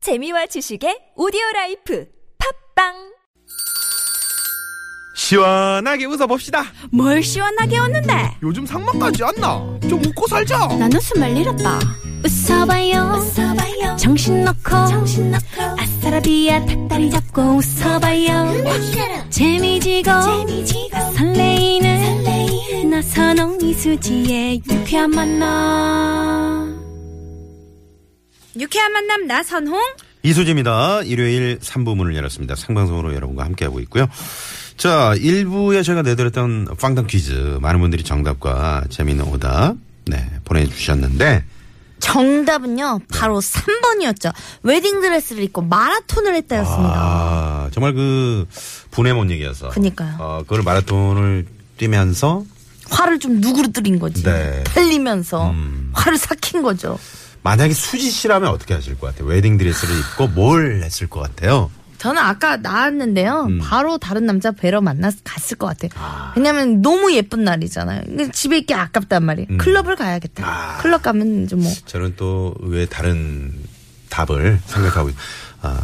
재미와 지식의 오디오 라이프 팝빵 시원하게 웃어봅시다. 뭘 시원하게 웃는데 요즘 상만까지 안 나. 좀 웃고 살자. 난 웃음을 잃었다 웃어봐요, 웃어봐요. 정신 놓고 아싸라비아 닭다리 잡고 웃어봐요 재미지고, 설레이는, 나선홍 이수지의 유쾌한 만남 유쾌한 만남 나선홍 이수지입니다. 일요일 3부 문을 열었습니다. 생방송으로 여러분과 함께하고 있고요. 자, 1부에 제가 내드렸던 빵당 퀴즈. 많은 분들이 정답과 재미있는 오답, 네, 보내주셨는데, 정답은요, 바로 3번이었죠. 웨딩드레스를 입고 마라톤을 했다였습니다. 아, 정말 그, 분해못 얘기여서. 그니까요. 어, 그걸 마라톤을 뛰면서, 화를 좀 누그러뜨린 거지. 네. 음. 달리면서 화를 삭힌 거죠. 만약에 수지 씨라면 어떻게 하실 것 같아요? 웨딩드레스를 입고 뭘 했을 것 같아요? 저는 아까 나왔는데요. 음. 바로 다른 남자 뵈러 만나서 갔을 것 같아요. 왜냐면 너무 예쁜 날이잖아요. 근데 집에 있기 아깝단 말이에요. 음. 클럽을 가야겠다. 아. 클럽 가면 좀 뭐. 저는 또 왜 다른 답을 생각하고 있- 아,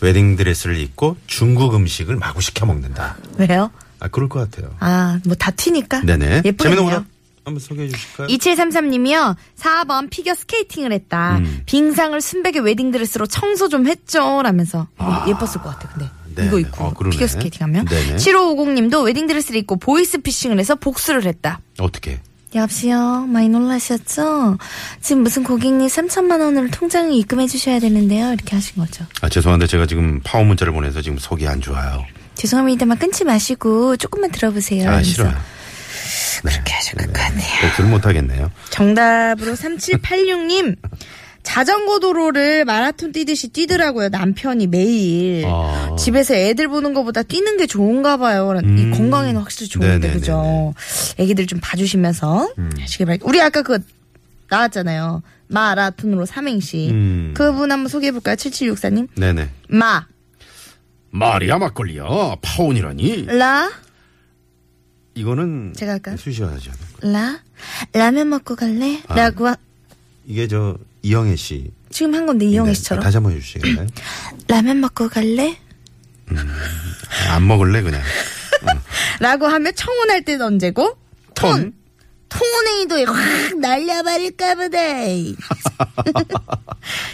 웨딩 드레스를 입고 중국 음식을 마구 시켜 먹는다. 왜요? 아 그럴 것 같아요. 아, 뭐 다 튀니까? 네네. 재미있는 예쁘겠네요. 오답 한번 소개해 주실까요? 2733님이요. 4번 피겨 스케이팅을 했다. 음. 빙상을 순백의 웨딩드레스로 청소 좀 했죠. 라면서. 이거 예뻤을 것 같아, 근데. 네네. 이거 입고 어, 그러네. 피겨 스케이팅 하면. 네네. 7550님도 웨딩드레스를 입고 보이스피싱을 해서 복수를 했다. 어떻게? 여보세요. 많이 놀라셨죠? 지금 무슨 고객님 3천만 원을 통장에 입금해 주셔야 되는데요. 이렇게 하신 거죠. 아 죄송한데 제가 지금 파워 문자를 보내서 지금 속이 안 좋아요. 죄송합니다만 끊지 마시고 조금만 들어보세요. 아 하면서. 싫어요. 그렇게 하실 것 같네요. 복수를 못 하겠네요. 정답으로 3786님. 자전거 도로를 마라톤 뛰듯이 뛰더라고요. 남편이 매일 아. 집에서 애들 보는 것보다 뛰는 게 좋은가 봐요. 이 건강에는 확실히 좋은데 음. 네네네네. 음. 그죠? 애기들 좀 봐주시면서 하시길 바랄. 우리 아까 그 나왔잖아요. 마라톤으로 삼행시. 음. 그분 한번 소개해 볼까요? 7764님. 네네. 마, 마리아 막걸리야 파온이라니. 라, 이거는 제가 할까요? 수시하지 않아요. 라. 라면 먹고 갈래? 아. 라고 하- 이게 저 이영애 씨. 지금 한 네, 건데 이영애 씨처럼. 다시 한번 해주시겠어요? 라면 먹고 갈래? 아, 안 먹을래 그냥. 라고 하며 청혼할 때 던지고 톤. 통은행이도 확 날려버릴까 보네.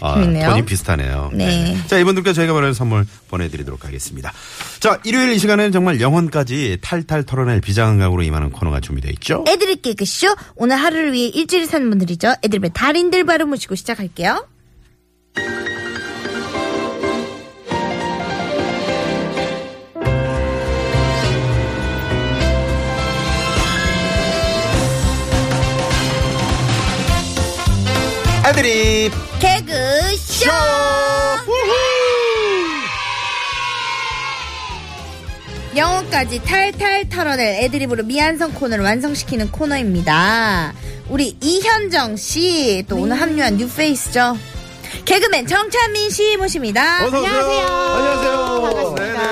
아, 재밌네요. 톤이 비슷하네요. 네. 자, 이분들께 저희가 보낼 선물 보내드리도록 하겠습니다. 자, 일요일 이 시간에는 정말 영혼까지 탈탈 털어낼 비장한각으로 임하는 코너가 준비되어 있죠. 애들의 개그쇼 오늘 하루를 위해 일주일 사는 분들이죠. 애들의 달인들 바로 모시고 시작할게요. 애들이 개그쇼 영어까지 탈탈 털어낼 애드립으로 미완성 코너를 완성시키는 코너입니다. 우리 이현정 씨 또 네. 오늘 합류한 뉴페이스죠. 개그맨 정찬민 씨 모십니다. 안녕하세요. 안녕하세요. 반갑습니다.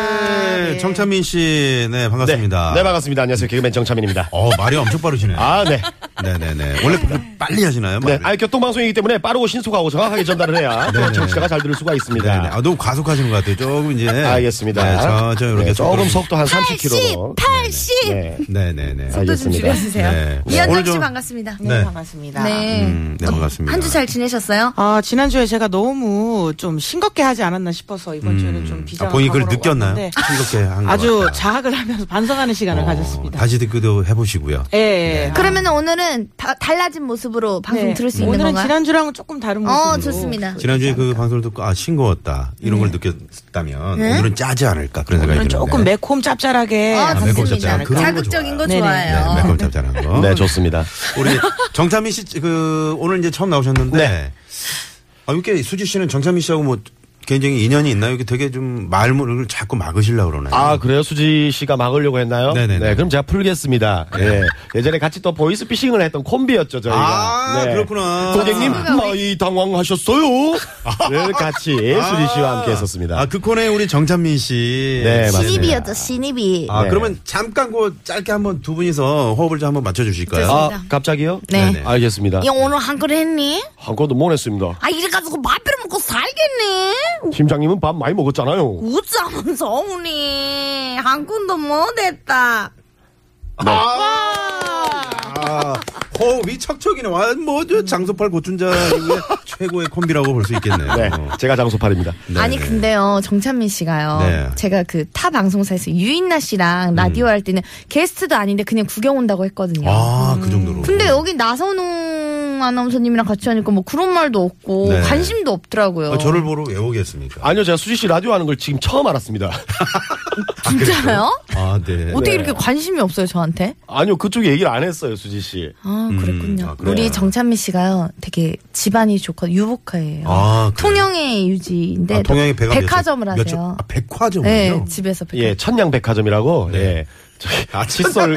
네, 정찬민 씨, 네, 반갑습니다. 네, 네, 반갑습니다. 안녕하세요. 개그맨 정참인입니다. 어, 말이 엄청 빠르시네요. 아, 네. 네네네. 원래 빨리 하시나요? 네. 말을? 아, 교통방송이기 때문에 빠르고 신속하고 정확하게 전달을 해야 또 청취자가 잘 들을 수가 있습니다. 네. 네네. 아, 너무 과속하시는 것 같아요. 조금 이제. 알겠습니다. 네, 저, 저, 이렇게 네, 조금 속도를- 속도 한 80, 30km. 80. 네. 네네네. 또좀 알겠습니다. 줄여주세요. 네. 오늘 이현정 씨 좀- 반갑습니다. 네. 반갑습니다. 네. 음, 네, 반갑습니다. 한 주 잘 지내셨어요? 아, 지난주에 제가 너무 좀 싱겁게 하지 않았나 싶어서 이번 주에는 좀 비장. 아, 본인이 그걸 느꼈나요? 싱겁게 한것 아주 같다. 자학을 하면서 반성하는 시간을 어, 가졌습니다. 다시 네. 듣기도 해보시고요. 예, 예. 아, 그러면 오늘은 다- 달라진 모습으로 방송 네. 들을 수 있는 오늘은 건가요? 지난주랑은 조금 다른 모습. 어, 좋습니다. 지난주에 그 방송을 듣고 아 싱거웠다 이런 걸 느꼈다면 오늘은 짜지 않을까 그런 생각이 네. 드는데 오늘은 조금 매콤 짭짤하게. 아, 매콤 좋습니다. 잡잖아요. 그런 거 자극적인 거 좋아요. 좋아해요. 네, 매콤 짭짤한 거. 네, 좋습니다. 우리 정찬민 씨 그 오늘 이제 처음 나오셨는데 네. 아 이렇게 수지 씨는 정찬민 씨하고 뭐 굉장히 인연이 있나요? 이렇게 되게 좀 말문을 자꾸 막으시려고 그러나요? 아, 그래요? 수지 씨가 막으려고 했나요? 네네네. 네. 네, 그럼 제가 풀겠습니다. 예. 예전에 같이 또 보이스피싱을 했던 콤비였죠, 저희가. 아, 네. 그렇구나. 고객님, 많이 당황하셨어요? 를 같이 수지 씨와 함께 했었습니다. 아, 그 코너에 우리 정찬민 씨. 네, 맞습니다. 신입이었죠, 신입이. 아, 네. 그러면 잠깐 그 짧게 한번 두 분이서 호흡을 좀 한번 맞춰 주실까요? 아, 갑자기요? 네. 네네. 알겠습니다. 이 오늘 한글 했니? 한건도못 했습니다. 아, 이래가지고 마비를 먹고 살겠니? 팀장님은 밥 많이 먹었잖아요. 웃자면서 우리 한 군도 못했다. 아, 호흡이 척척이네. 와, 뭐, 저 장소팔 고춘자 중에 최고의 콤비라고 볼 수 있겠네요. 네, 제가 장소팔입니다. 아니 근데요 정찬민 씨가요 네. 음. 제가 그 타 방송사에서 유인나 씨랑 라디오 할 때는 게스트도 아닌데 그냥 구경 온다고 했거든요. 아, 그 정도로. 근데 여기 나선홍 아나운서님이랑 같이 하니까 뭐 그런 말도 없고 네. 관심도 없더라고요. 아, 저를 보러 왜 오겠습니까? 아니요, 제가 수지 씨 라디오 하는 걸 지금 처음 알았습니다. 진짜요? 아, 네. 어떻게 네. 이렇게 관심이 없어요 저한테? 아니요, 그쪽 얘기를 안 했어요, 수지 씨. 아 그랬군요. 아, 그래요? 우리 정찬민 씨가요 되게 집안이 좋고 유복해요. 아, 그래요? 통영의 유지인데 아, 통영의 배가 몇 백화점을 점- 몇 점- 하세요. 아, 백화점이요? 네 집에서 백화점. 예, 천양백화점이라고. 예. 저기 아, 칫솔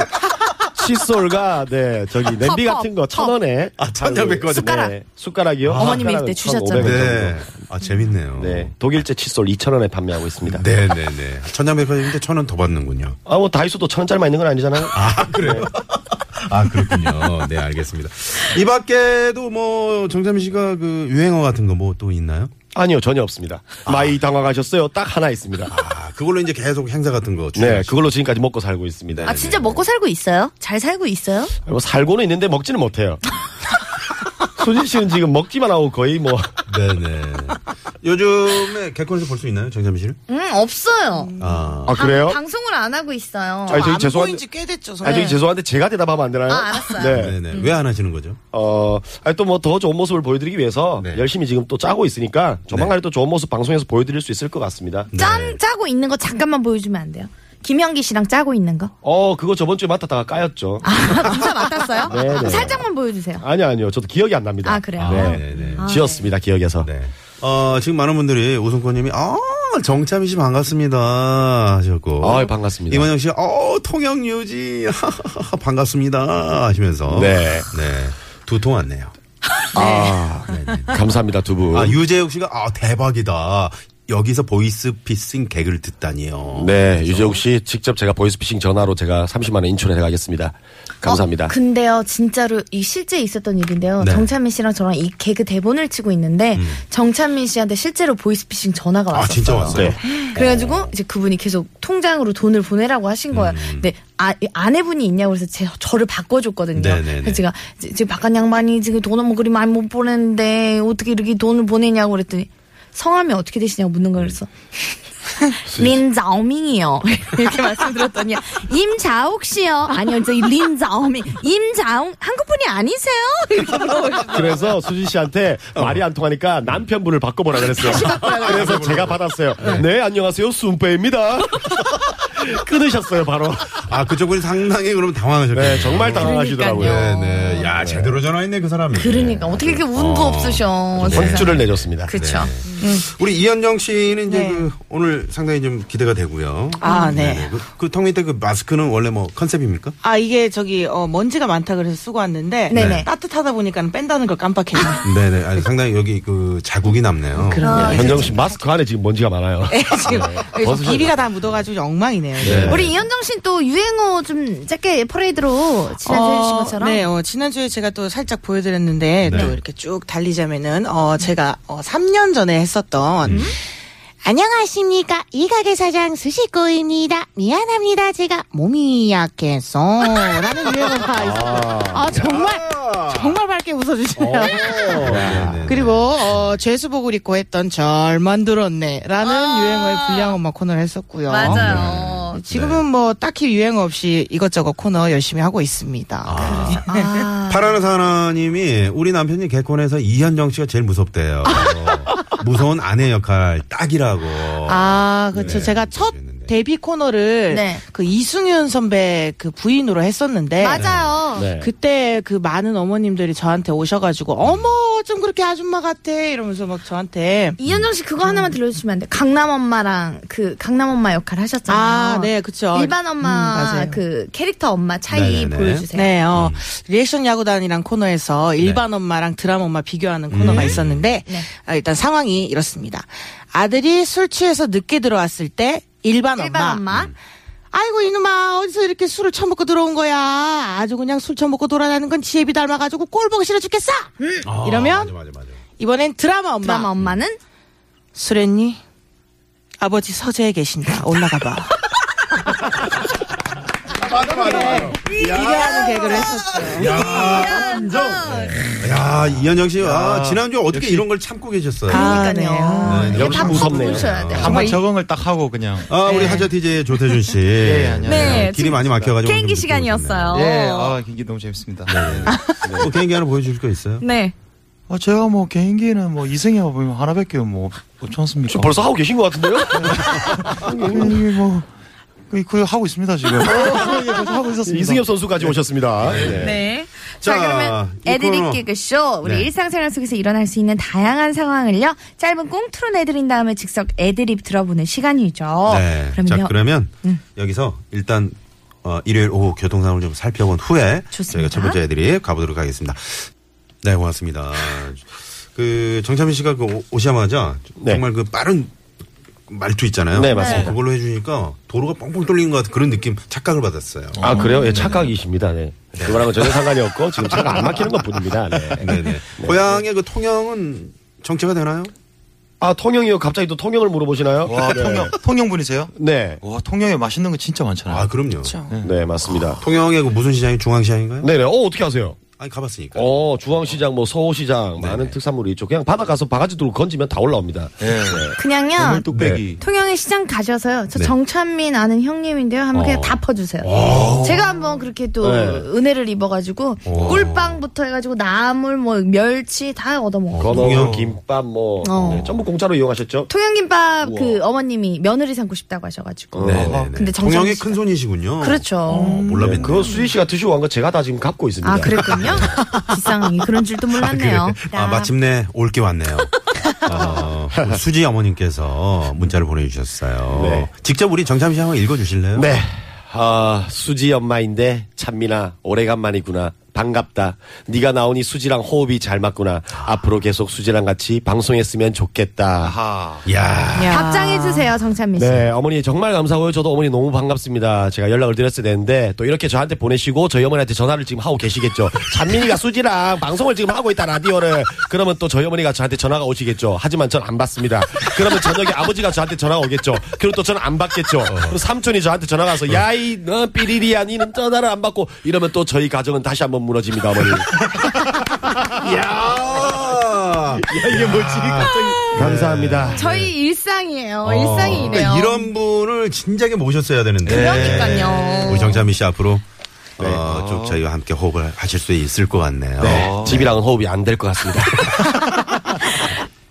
칫솔가 네 저기 냄비 컵, 같은 거 컵. 천 원에 아, 천양백화점. 숟가락. 숟가락이요 어머님이 숟가락은 그때 주셨잖아요. 1,500원 정도. 네. 아, 재밌네요. 네 독일제 칫솔 2천 원에 판매하고 있습니다 네, 네, 네. 천양백화점인데 천 원 더 받는군요. 아뭐 다이소도 천 원짜리만 있는 건 아니잖아요 아, 그래요? 아, 그렇군요. 네, 알겠습니다. 이 밖에도 뭐, 정삼 씨가 그 유행어 같은 거 뭐 또 있나요? 아니요 전혀 없습니다 많이 당황하셨어요 딱 하나 있습니다 아, 그걸로 이제 계속 행사 같은 거. 네 주최하시고. 그걸로 지금까지 먹고 살고 있습니다 아 진짜 먹고 살고 있어요? 잘 살고 있어요? 뭐 살고는 있는데 먹지는 못해요 소진 씨는 지금 먹기만 하고 거의 뭐 네네. 요즘에 개콘에서 볼 수 있나요, 정삼 씨를? 음 없어요. 아. 아, 그래요? 방, 송을안 하고 있어요. 아니, 저기 안 죄송한데- 보인 지꽤 됐죠. 아 저기 죄송한데 제가 대답하면 안 되나요? 네. 아, 알았어요. 네. 네네. 왜 안 하시는 거죠? 어, 아니 또 뭐 더 좋은 모습을 보여드리기 위해서 네. 열심히 지금 또 짜고 있으니까 조만간에 또 좋은 모습 방송에서 보여드릴 수 있을 것 같습니다. 네. 짠 짜고 있는 거 잠깐만 보여주면 안 돼요? 김현기 씨랑 짜고 있는 거? 어, 그거 저번 주에 맡았다가 까였죠. 아, 진짜 맡았어요? 네, 네. 살짝만 보여주세요. 어, 아니요, 아니요. 저도 기억이 안 납니다. 아, 그래요? 네. 아, 네네. 아, 지었습니다, 기억에서. 네. 어, 지금 많은 분들이 오승권님이, 아, 정참이 씨 반갑습니다. 하셨고. 아, 반갑습니다. 이만영 씨, 어, 통영유지. 반갑습니다. 하시면서. 네. 네. 두통 왔네요. 아, 감사합니다, 두 분. 아, 유재욱 씨가, 아, 대박이다. 여기서 보이스 피싱 개그를 듣다니요. 네, 유재욱 씨 직접 제가 보이스피싱 전화로 제가 30만 원 인출해 가겠습니다. 감사합니다. 어, 근데요, 진짜로 이 실제 있었던 일인데요. 네. 정찬민 씨랑 저랑 이 개그 대본을 치고 있는데 음. 정찬민 씨한테 실제로 보이스피싱 전화가 왔어요. 아, 진짜 왔어요? 네. 그래가지고 이제 그분이 계속 통장으로 돈을 보내라고 하신 거예요. 음. 근데 아, 이 아내분이 있냐고 그래서 제, 저를 바꿔줬거든요. 네네네. 그래서 제가 지- 지금 바깥 양반이 지금 돈을 뭐 그리 많이 못 보내는데 어떻게 이렇게 돈을 보내냐고 그랬더니 성함이 어떻게 되시냐고 묻는 거예요. 그래서 네. 린자오밍이요. 이렇게 말씀드렸더니 임자옥 씨요. 아니요, 저기 린자오밍. 임자옥 한국분이 아니세요? 이렇게 물어보시고 그래서 수진 씨한테 말이 안 통하니까 남편분을 바꿔보라 그랬어요. 그래서 제가 받았어요. 네, 안녕하세요. 순배입니다. 끊으셨어요, 바로. 아, 그쪽은 상당히 그럼 당황하셨겠네요. 네, 정말 당황하시더라고요. 그러니까요. 네네. 야, 제대로 전화했네, 네. 그 사람이. 그러니까 어떻게 이렇게 운도 없으셔. 혼쭐을 네. 내줬습니다. 네. 그렇죠. 우리 이현정 씨는 이제 네. 그 오늘 상당히 좀 기대가 되고요. 아, 네. 네네. 그, 그 턱밑에 그 마스크는 원래 뭐 컨셉입니까? 아 이게 저기 어, 먼지가 많다 그래서 쓰고 왔는데 네네. 따뜻하다 보니까 뺀다는 걸 깜빡했네요. 네네. 아니, 상당히 여기 그 자국이 남네요. 네, 현정 씨 마스크 안에 지금 먼지가 많아요. 예, 지금 그래서 벗으셔야 비리가 다 묻어가지고 엉망이네요. 네. 우리 이현정 씨는 또 유행어 좀 짧게 퍼레이드로 지난주에 어, 해주신 것처럼 네, 어, 지난주에 제가 또 살짝 보여드렸는데 또 이렇게 쭉 달리자면은 어, 제가 어, 3년 전에 했었던 안녕하십니까 이 가게 사장 스시코입니다. 미안합니다 제가 몸이 약해서라는 유행어가 있어요. 아 정말 정말 밝게 웃어주시네요. 네네네. 그리고 어, 죄수복을 입고 했던 절 만들었네라는 유행어의 불량음악 코너를 했었고요. 맞아요. 지금은 뭐 딱히 유행어 없이 이것저것 코너 열심히 하고 있습니다. 아, 파라는 사나님이 우리 남편이 개콘에서 이현정 씨가 제일 무섭대요. 무서운 아내 역할 딱이라고. 아, 그렇죠. 네, 제가 첫 그랬는데. 데뷔 코너를 네. 그 이승윤 선배 그 부인으로 했었는데 맞아요. 네. 그때 그 많은 어머님들이 저한테 오셔가지고 어머 좀 그렇게 아줌마 같아 이러면서 막 저한테 이현정 씨 그거 하나만 들려주시면 안 돼? 요 강남 엄마랑 그 강남 엄마 역할 하셨잖아요. 아, 네, 그쵸. 일반 음, 엄마 맞아요. 그 캐릭터 엄마 차이 네네네. 보여주세요. 네, 어, 리액션 야구단이란 코너에서 일반 엄마랑 드라마 엄마 비교하는 코너가 있었는데, 네. 아, 일단 상황이 이렇습니다. 아들이 술 취해서 늦게 들어왔을 때, 일반, 음. 일반 엄마. 아이고 이놈아 어디서 이렇게 술을 처먹고 들어온 거야 아주 그냥 술 처먹고 돌아다니는 건 지혜비 닮아가지고 꼴 보기 싫어 죽겠어 아, 이러면 맞아, 맞아, 맞아. 이번엔 드라마 엄마. 드라마 엄마는 수련이 아버지 서재에 계신다. 올라가 봐. 맞아, 맞아. 이래하는 개그를 했었어요. 야, 인정. 야, 이현정 씨, 아, 지난주 어떻게 이런 걸 참고 계셨어요? 아, 그러니까요. 네, 역시 너무- 무섭네요. 보셔야 돼요. 한번 적응을 딱 하고 그냥 아, 우리 하자 TJ 조태준 씨. 안녕하세요. 네, 네, 길이 많이 막혀가지고. 개인기 좀 늦게 시간이었어요. 예, 아, 경기 너무 재밌습니다. 오셨네요. 뭐 개인기 하나 보여주실 거 있어요? 네. 아, 제가 뭐 개인기는 뭐 이승엽 보면 하나밖에 뭐 없지 않습니까? 지금 벌써 하고 계신 것 같은데요? 이게 뭐 그, 그 하고 있습니다 지금. 예, 벌써 하고 있었습니다. 어. 네, 이승엽 선수까지 오셨습니다. 네. 네. 자, 자, 그러면 이 코너. 애드립 개그쇼 우리 네. 일상생활 속에서 일어날 수 있는 다양한 상황을요 짧은 꽁트로 내드린 다음에 즉석 애드립 들어보는 시간이죠. 네. 자, 그럼요. 음. 그러면 여기서 일단 어, 일요일 오후 교통상황을 좀 살펴본 후에 저희가 좋습니다. 첫 번째 애들이 가보도록 하겠습니다. 네, 고맙습니다. 그 정찬민 씨가 그 오- 오시자마자 네. 정말 그 빠른 말투 있잖아요. 어, 네, 맞습니다. 그걸로 해주니까 도로가 뻥뻥 뚫리는 것 같은 그런 느낌 착각을 받았어요. 아 그래요? 예, 착각이십니다. 네. 그거랑 은 전혀 상관이 없고 지금 차가 안 막히는 것뿐입니다. 네. 네네. 고향의 그 통영은 정체가 되나요? 아 통영이요? 갑자기 또 통영을 물어보시나요? 와 네. 통영 통영 분이세요? 네, 와 통영에 맛있는 거 진짜 많잖아요. 예. 아, 그럼요. 네 맞습니다. 통영의 그 무슨 시장이 중앙시장인가요? 네네. 어 어떻게 아세요? 아니, 가봤으니까. 어 중앙시장 뭐 서호시장 많은 특산물이 있죠. 그냥 바다 가서 바가지 들고 건지면 다 올라옵니다. 예. 그냥요. 오늘 네. 뚝배기. 통영의 시장 가셔서요. 저 네. 정찬민 아는 형님인데요. 한번 그냥 다 퍼주세요. 제가 한번 그렇게 또 네. 은혜를 입어가지고 오. 꿀빵부터 해가지고 나물 뭐 멸치 다 얻어먹어. 요 건어 통영. 김밥 뭐 어. 네, 전부 공짜로 이용하셨죠? 통영김밥 그 어머님이 며느리 삼고 싶다고 하셔가지고. 네네네. 근데 정찬민 통영의 씨가- 큰 손이시군요. 그렇죠. 어, 몰라뵙네요. 음, 그거 수희 씨가 드시고 간 거 제가 다 지금 갚고 있습니다. 아 그랬군요. 기상이 그런 줄도 몰랐네요. 아, 마침내 올 게 왔네요. 어, 수지 어머님께서 문자를 보내주셨어요. 네. 직접 우리 정참 씨 한번 읽어주실래요? 네. 아, 수지 엄마인데 찬민아 오래간만이구나. 반갑다. 네가 나오니 수지랑 호흡이 잘 맞구나. 앞으로 계속 수지랑 같이 방송했으면 좋겠다. 아, 야 답장해 주세요, 정찬민 씨. 네, 어머니 정말 감사하고요. 저도 어머니 너무 반갑습니다. 제가 연락을 드렸어야 되는데 또 이렇게 저한테 보내시고 저희 어머니한테 전화를 지금 하고 계시겠죠. 찬민이가 수지랑 방송을 지금 하고 있다 라디오를. 그러면 또 저희 어머니가 저한테 전화가 오시겠죠. 하지만 전 안 받습니다. 그러면 저녁에 아버지가 저한테 전화가 오겠죠. 그리고 또 저는 안 받겠죠. 그리고 삼촌이 저한테 전화가 와서 야이 너 삐리리야 니는 전화를 안 받고 이러면 또 저희 가정은 다시 한번 무너집니다 어머니. 야 이게 뭐지? 아. 감사합니다. 저희 일상이에요. 일상이 이래요. 그러니까 네. 이런 분을 진작에 모셨어야 되는데. 그러니까요. 우리 정참 씨 앞으로 어, 쭉 저희와 함께 호흡을 하실 수 있을 것 같네요. 네, 집이랑은 호흡이 안 될 것 같습니다.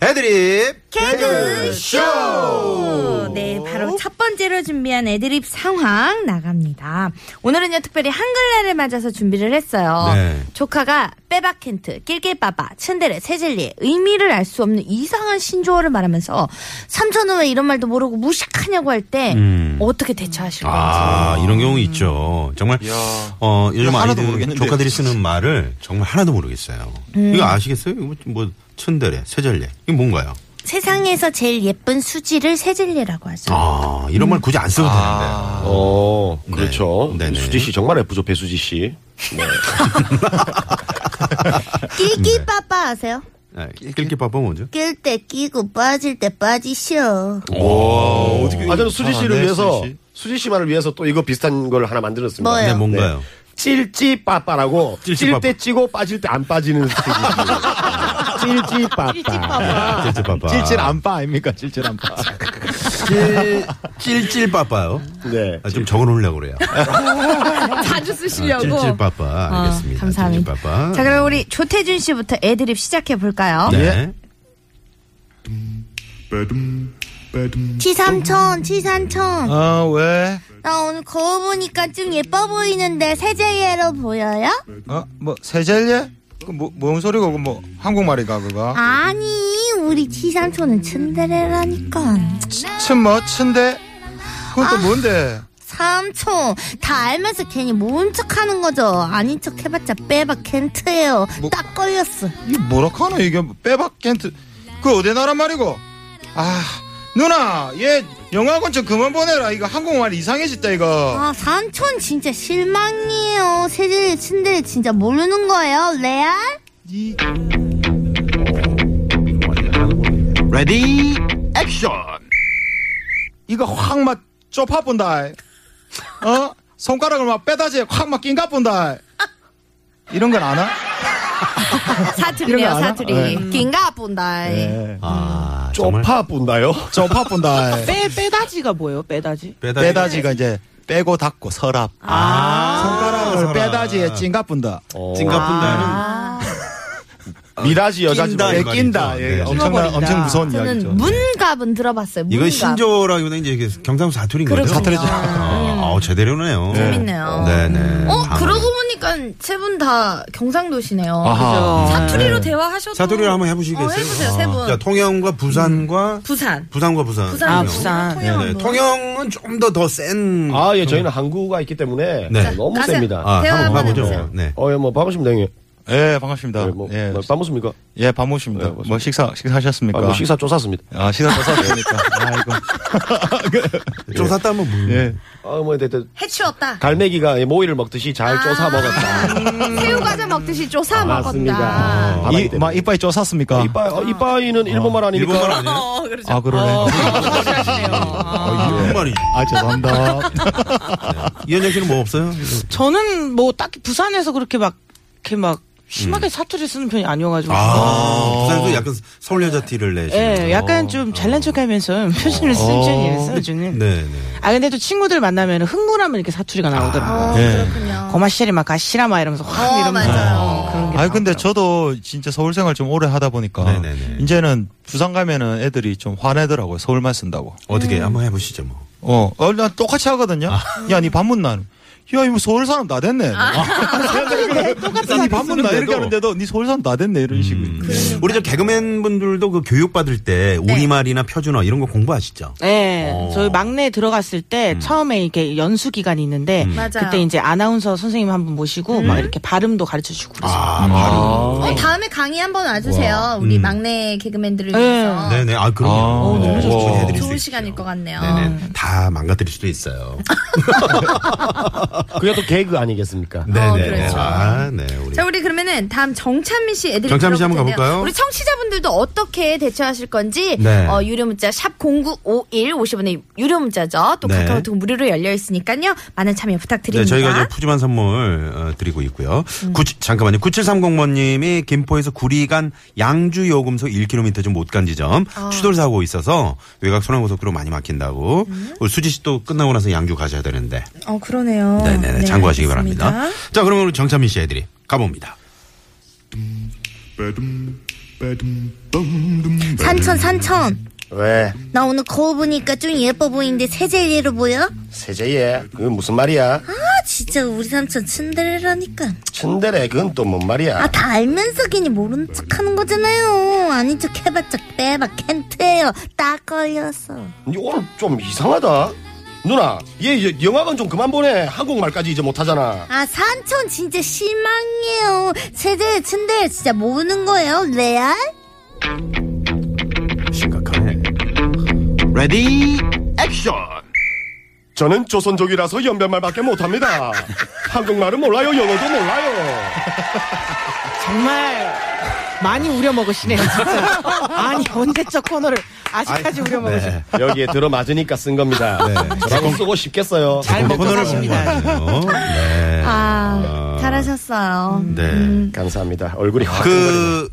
애드립 네, 바로 첫 번째로 준비한 애드립 상황 나갑니다. 오늘은요, 특별히 한글날을 맞아서 준비를 했어요. 네. 조카가 빼박켄트, 낄낄빠빠, 츤데레, 세질리의 의미를 알 수 없는 이상한 신조어를 말하면서 삼촌은 왜 이런 말도 모르고 무식하냐고 할 때 음. 어떻게 대처하실 건지. 아, 이런 경우 있죠. 정말, 이야. 어, 요즘 이거 하나도 아이들, 모르겠는데. 음. 조카들이 쓰는 말을 정말 하나도 모르겠어요. 이거 아시겠어요? 이거 뭐, 천대래, 세절래. 이게 뭔가요? 세상에서 제일 예쁜 수지를 세질리라고 하죠. 아, 이런 말 굳이 안 써도 아. 어, 네. 그렇죠. 네네. 수지 씨 정말 예쁘죠, 배수지 씨. 낄끼빠빠 아세요? 되는데. 낄낄 바빠 네, 뭐죠? 낄 때 끼고 빠질 때 빠지셔. 오, 어떻게. 아, 저는 수지 씨를 아, 네, 위해서 수지 씨. 수지 씨만을 위해서 또 이거 비슷한 걸 하나 만들었습니다. 뭐예요? 네, 뭔가요? 찔찌빠빠라고 찔 찔찌빠빠. 때 찌고 빠질 때 안 빠지는 수지 씨. 찔찌빠빠. 찔찔 바빠. 네. 찔찔 안빠 아닙니까? 찔찔 안빠. 찔, 찔찔 바빠요? 네. 아, 좀 적어 놓으려고 그래요. 아, 자주 쓰시려고. 찔찔 바빠. 알겠습니다. 어, 감사합니다. 찔찔 바빠. 자, 그럼 우리 조태준 씨부터 애드립 시작해 볼까요? 예. 네. 치삼촌, 치삼촌. 아 왜? 나 오늘 거울 보니까 좀 예뻐 보이는데 세제예로 보여요? 어뭐 세젤예? 그뭐뭔 소리고 그뭐 한국말이가 그거? 아니, 우리 치삼촌은 츤데레라니까. 친뭐 친데? 그건 또 뭔데? 삼촌, 다 알면서 괜히 모른 척 하는 거죠. 아닌 척 해봤자 빼박 켄트예요. 뭐- 딱 걸렸어. 이 뭐라 카노 이게 빼박 겐트 그 어디 나라 말이고 아 누나 얘 영화관 좀 그만 보내라 이거 한국말 이상해졌다 이거 아, 삼촌 진짜 실망이에요. 세제예, 츤데레 진짜 모르는 거예요. 레알? 이 레디 액션 이거 확 막 쪼파 본다 어 손가락을 막 빼다지 확막 낀가 본다 이런 건 아나? 사투리요 이런 거 알아? 사투리. 긴가 본다. 예. 아, 정말 쪼파 본다요? 쪼파 본다 빼 빼다지가 뭐예요? 빼다지? 빼다지. 빼다지가 이제 빼고 닦고 서랍 손가락을 아, 서랍. 빼다지에 찐가 본다 아. 찡가뿐다는 미라지 여자지 낀다. 예, 이거 낀다 아니죠? 예, 네. 엄청 엄청 무서운 이야기죠 저는 문갑은 들어봤어요. 문갑. 이건 신조라기보다는 이제 이게 경상도 사투리인 거죠. 그러니까. 그렇군요. 사투리죠. 아, 어, 제대로네요. 재밌네요. 네네. 어 그러고 보니까 세 분 다 경상도시네요. 아하. 사투리로 대화하셔도 사투리로 한번 해보시겠어요? 어, 해보세요 세 분. 자, 통영과 부산과 부산. 부산과 네. 부산. 부산. 아 통영. 부산. 통영 네, 뭐. 통영은 좀 더 더센 아, 예, 저희는 한국어가 있기 때문에 네. 너무 가세요. 셉니다. 아, 대화 한번 한번 가보죠. 해보세요. 네. 어, 예, 뭐, 반갑습니다, 형님. 예 반갑습니다 예, 뭐, 예, 뭐, 반갑습니까? 예, 밥 모십니다. 네, 모십니다. 뭐 식사 식사하셨습니까? 아, 뭐 식사 쪼쌌습니다. 아, 식사 썼습니까? 아이고. 좀 샀다 하면 뭐. 예. 아, 뭐, 이제 또 해치웠다. 갈매기가 모이를 먹듯이 잘 쪼사 먹었다. 새우 과자 먹듯이 아, 쪼사 먹었다. 맞습니다. 이, 막 이빨 아, 쪼쌌습니까? 이빠, 어, 이빠이는 일본말 아니니까. 일본말 아니에요? 어 그렇죠. 아, 그러네. 아, 예. 일본말이지. 아, 죄송합니다. 이현정 씨는 뭐 없어요? 저는 뭐 딱히 부산에서 그렇게 막 이렇게 막 심하게 사투리 쓰는 편이 아니어가지고. 음. 아, 부산도 약간 서울 여자 티를 내시는. 예, 약간 좀 잘난 척하면서 표준을 쓰는 편이에요. 저는. 네, 네. 아 근데 또 친구들 만나면 흥분하면 이렇게 사투리가 나오더라고요. 예. 고마 시리 막 가시라 막 이러면서 확 어, 이러면서 맞아요. 어, 그런 게. 아, 근데 저도 진짜 서울 생활 좀 오래 하다 보니까 네네네. 이제는 부산 가면은 애들이 좀 화내더라고요. 서울말 쓴다고. 어떻게 한번 해보시죠, 뭐. 어, 어, 난 똑같이 하거든요. 아. 야, 니 반문 나는. 야, 이거 서울 사람 다 됐네. 아. 똑같이 니 반문 나 이렇게 쓰는데도. 하는데도 니 서울 사람 다 됐네 이런 식으로. 우리 저 개그맨 분들도 그 교육 받을 때 네. 우리말이나 표준어 이런 거 공부하시죠? 네, 어. 저희 막내 들어갔을 때 처음에 이렇게 연수 기간이 있는데 맞아요. 그때 이제 아나운서 선생님 한 분 모시고 막 이렇게 발음도 가르쳐 주고 그랬어요. 아, 바로. 어, 다음에 강의 한번 와주세요. 우리 막내 개그맨들을 위해서. 네네. 아, 그럼요. 아, 네. 너무 좋죠. 충분히 해드릴 수 좋은 있죠. 시간일 것 같네요. 아, 네네. 다 망가뜨릴 수도 있어요. 그게 또 개그 아니겠습니까? 네네. 그렇죠. 아, 네. 우리. 자, 우리 그러면은 다음 정찬민 씨 애들이 정찬민 씨 한번 가볼까요? 우리 청취자분들도 어떻게 대처하실 건지 네. 어, 유료 문자 샵 0951 50원의 유료 문자죠. 또 네. 카카오톡 무료로 열려 있으니까요. 많은 참여 부탁드립니다. 네, 저희가 이제 푸짐한 선물 어, 드리고 있고요. 음. 구치- 잠깐만요. 9730번님이 김포에서 구리간 양주 요금소 1km 좀 못 간 지점 아. 추돌 사고 있어서 외곽 순환고속도로 많이 막힌다고. 음. 우리 수지 씨도 끝나고 나서 양주 가셔야 되는데. 어, 그러네요. 네네네. 네, 참고하시기 알겠습니다. 바랍니다. 자, 그러면 우리 정찬민 씨 애들이 가봅니다. 음. 산천 산천 왜? 나 오늘 거울 보니까 좀 예뻐 보이는데 세제예로 보여? 세제예? 그건 무슨 말이야? 아 진짜 우리 삼촌 츤데레라니까 츤데레, 그건 또 뭔 아 말이야? 다 알면서 괜히 모르는 척하는 거잖아요 아닌 척 해봤자 빼박 캔트예요 딱 걸렸어 니 오늘 좀 이상하다. 누나, 얘 여- 영화관 좀 그만 보내. 한국말까지 이제 못하잖아. 아 산촌 진짜 실망해요 세제 츤데레 진짜 모르는 거예요 레알? 심각하네. 레디 액션. 저는 조선족이라서 연변말밖에 못합니다. 한국말은 몰라요. 영어도 몰라요. 정말 많이 우려 먹으시네요. 진짜. 아니 언제적 코너를 아직까지 우려 먹으시. 네. 여기에 들어맞으니까 쓴 겁니다. 저라고 쓰고 싶겠어요. 잘 먹고 코너를 사십니다. 공부하네요. 네. 아, 잘하셨어요. 음. 네. 감사합니다. 얼굴이 확 그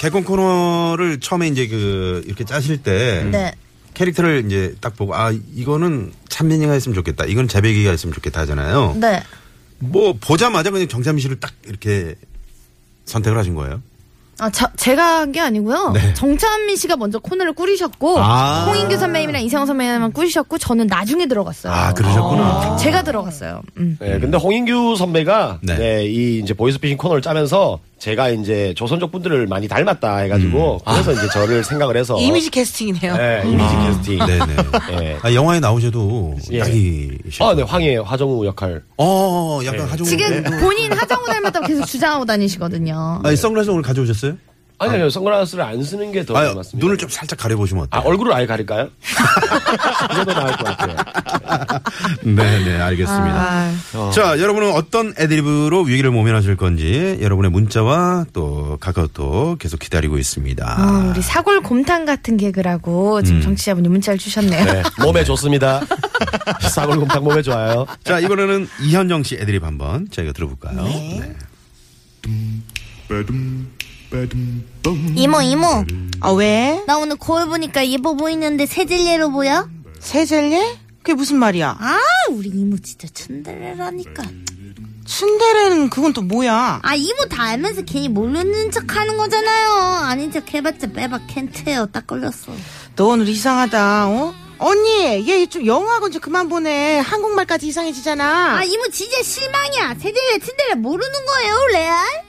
개콘 코너를 처음에 이제 그 이렇게 짜실 때 네. 캐릭터를 이제 딱 보고 아 이거는 찬민이가 했으면 좋겠다. 이건 재배기가 했으면 좋겠다 하잖아요. 네. 뭐 보자마자 그냥 정찬민 씨를 딱 이렇게 선택을 하신 거예요. 아, 저- 제가 한 게 아니고요. 정찬민 씨가 먼저 코너를 꾸리셨고 네. 아. 어, 홍인규 선배님이랑 이세영 선배님만 꾸리셨고 저는 나중에 들어갔어요. 아 그러셨구나. 제가 들어갔어요. 음. 네, 근데 홍인규 선배가 네. 네. 이 이제 보이스피싱 코너를 짜면서 제가 이제 조선족 분들을 많이 닮았다 해가지고 음. 아. 그래서 이제 저를 생각을 해서 이미지 캐스팅이네요. 어. 음. 네, 이미지 캐스팅. 네네. 네. 아, 영화에 나오셔도 예. 딱이. 아, 네, 황해 예. 화정우 역할. 어, 약간 하정우. 지금 네. 본인 하정우 닮았다고 계속 주장하고 다니시거든요. 아, 이 선글라스 오늘 가져오셨어요? 아니, 아니요. 선글라스를 안 쓰는 게 더 아유, 네, 맞습니다. 눈을 좀 살짝 가려보시면 아, 어때요? 얼굴을 아예 가릴까요? 이게 더 나을 것 같아요. 네네 알겠습니다. 아. 어. 자 여러분은 어떤 애드리브로 위기를 모면하실 건지 여러분의 문자와 또 카카오톡 계속 기다리고 있습니다. 아, 우리 사골 곰탕 같은 개그라고 지금 정치자분이 문자를 주셨네요. 네, 몸에 좋습니다. 사골곰탕 몸에 좋아요. 자 이번에는 이현정 씨 애드립 한번 저희가 들어볼까요? 네. 이모 이모 음. 아, 왜? 나 오늘 거울 보니까 예뻐 보이는데 세젤리로 보여? 세젤레? 그게 무슨 말이야? 아 우리 이모 진짜 츤데레라니까 츤데레는 그건 또 뭐야? 아 이모 다 알면서 괜히 모르는 척 하는 거잖아요 아닌 척 해봤자 빼박 캔트예요 딱 걸렸어 넌 우리 이상하다, 어? 언니, 얘 좀 영어학원 좀 그만 보내. 한국말까지 이상해지잖아. 아 이모 진짜 실망이야 세젤리 츤데레 모르는 거예요 레알?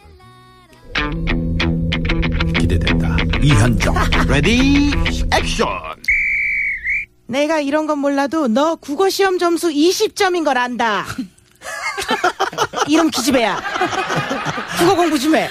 네, 기대된다. 이현정 레디 액션. 내가 이런 건 몰라도 너 국어 시험 점수 20점인 걸 안다. 이런 기집애야. 국어 공부 좀 해.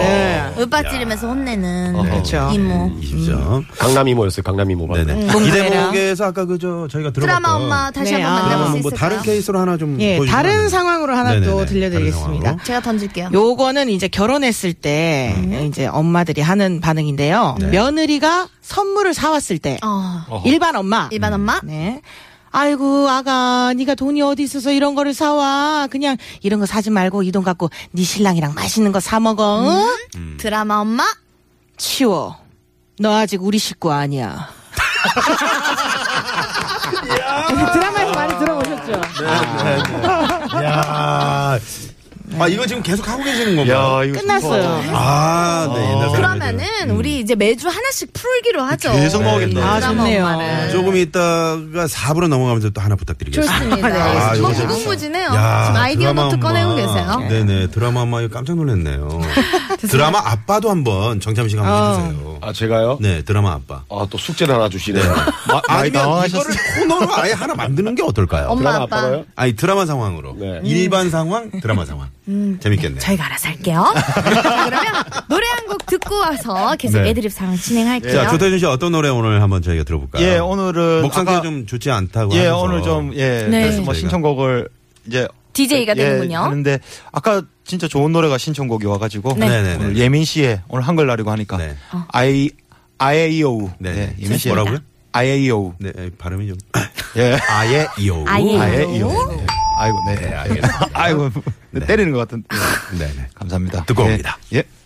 네. 오빠 찌르면서 혼내는 그렇죠. 이모 음. 음. 20점. 강남 이모였어요. 강남 이모. 네네. 이 공부해라. 대목에서 아까 그저 저희가 들어봤던 드라마 엄마 다시 네, 한번 아, 만나볼 수 뭐 있을까요? 다른 뭐 케이스로 하나 좀 예, 보여주시면 안 다른 돼요? 상황으로 하나 네네네, 또 다른 들려드리겠습니다. 상황으로. 제가 던질게요. 요거는 이제 결혼했을 때 음. 이제 엄마들이 하는 반응인데요. 네. 며느리가 선물을 사왔을 때 아, 일반 엄마. 일반 엄마? 네. 아이고 아가 네가 돈이 어디 있어서 이런 거를 사와 그냥 이런 거 사지 말고 이 돈 갖고 네 신랑이랑 맛있는 거 사 먹어 응? 드라마 엄마? 치워. 너 아직 우리 식구 아니야. 드라마에서 많이 들어보셨죠? 네, 야. 아 이거 지금 계속 하고 계시는 건가요? 이거 끝났어요. 예. 아, 네. 옛날 사람들. 어. 그러면은 우리 이제 매주 하나씩 풀기로 하죠. 계속 먹겠네. 아, 드라마 좋네요. 엄마를. 조금 이따가 4부로 넘어가면서 또 하나 부탁드리겠습니다. 좋습니다. 지금 아, 이거 너무 재밌어. 무궁무진해요. 야, 지금 아이디어 드라마 노트 엄마. 꺼내고 계세요. 네네 드라마 엄마 이거 깜짝 놀랐네요. 드라마 아빠도 한번 정참 씨가 어. 한번 해주세요. 아, 제가요? 네 드라마 아빠. 아, 또 숙제를 하나 주시네요. 마- 많이 아니면 당황하셨어요. 이거를 코너로 아예 하나 만드는 게 어떨까요? 엄마 드라마 아빠. 아빠가요? 아니 드라마 상황으로 네. 일반 상황 드라마 상황 음. 재밌겠네. 저희가 알아서 할게요. 자, 그러면 노래 한 곡 듣고 와서 계속 네. 애드립 사랑 진행할게요. 자 조태준 씨 어떤 노래 오늘 한번 저희가 들어볼까요? 예, 오늘은 목 상태 아까- 좀 좋지 않다고 예, 하면서. 오늘 좀, 예. 네. 그래서 뭐 신청곡을 이제. DJ가 예, 되는군요. 하는데 아까 진짜 좋은 노래가 신청곡이 와가지고. 네. 네네네. 오늘 예민 씨의 오늘 한글날이고 하니까. 네. 아이, 아에이오우. 네, 네. 예민 씨의 뭐라고요? 아에이오우. 네 에, 발음이 좀 예. 아예 이오. 아예 아에이오우. 아이고, 네. 알겠습니다. 아이고, 때리는 것 같은. 데 네네. 감사합니다. 듣고 옵니다. 예. 예.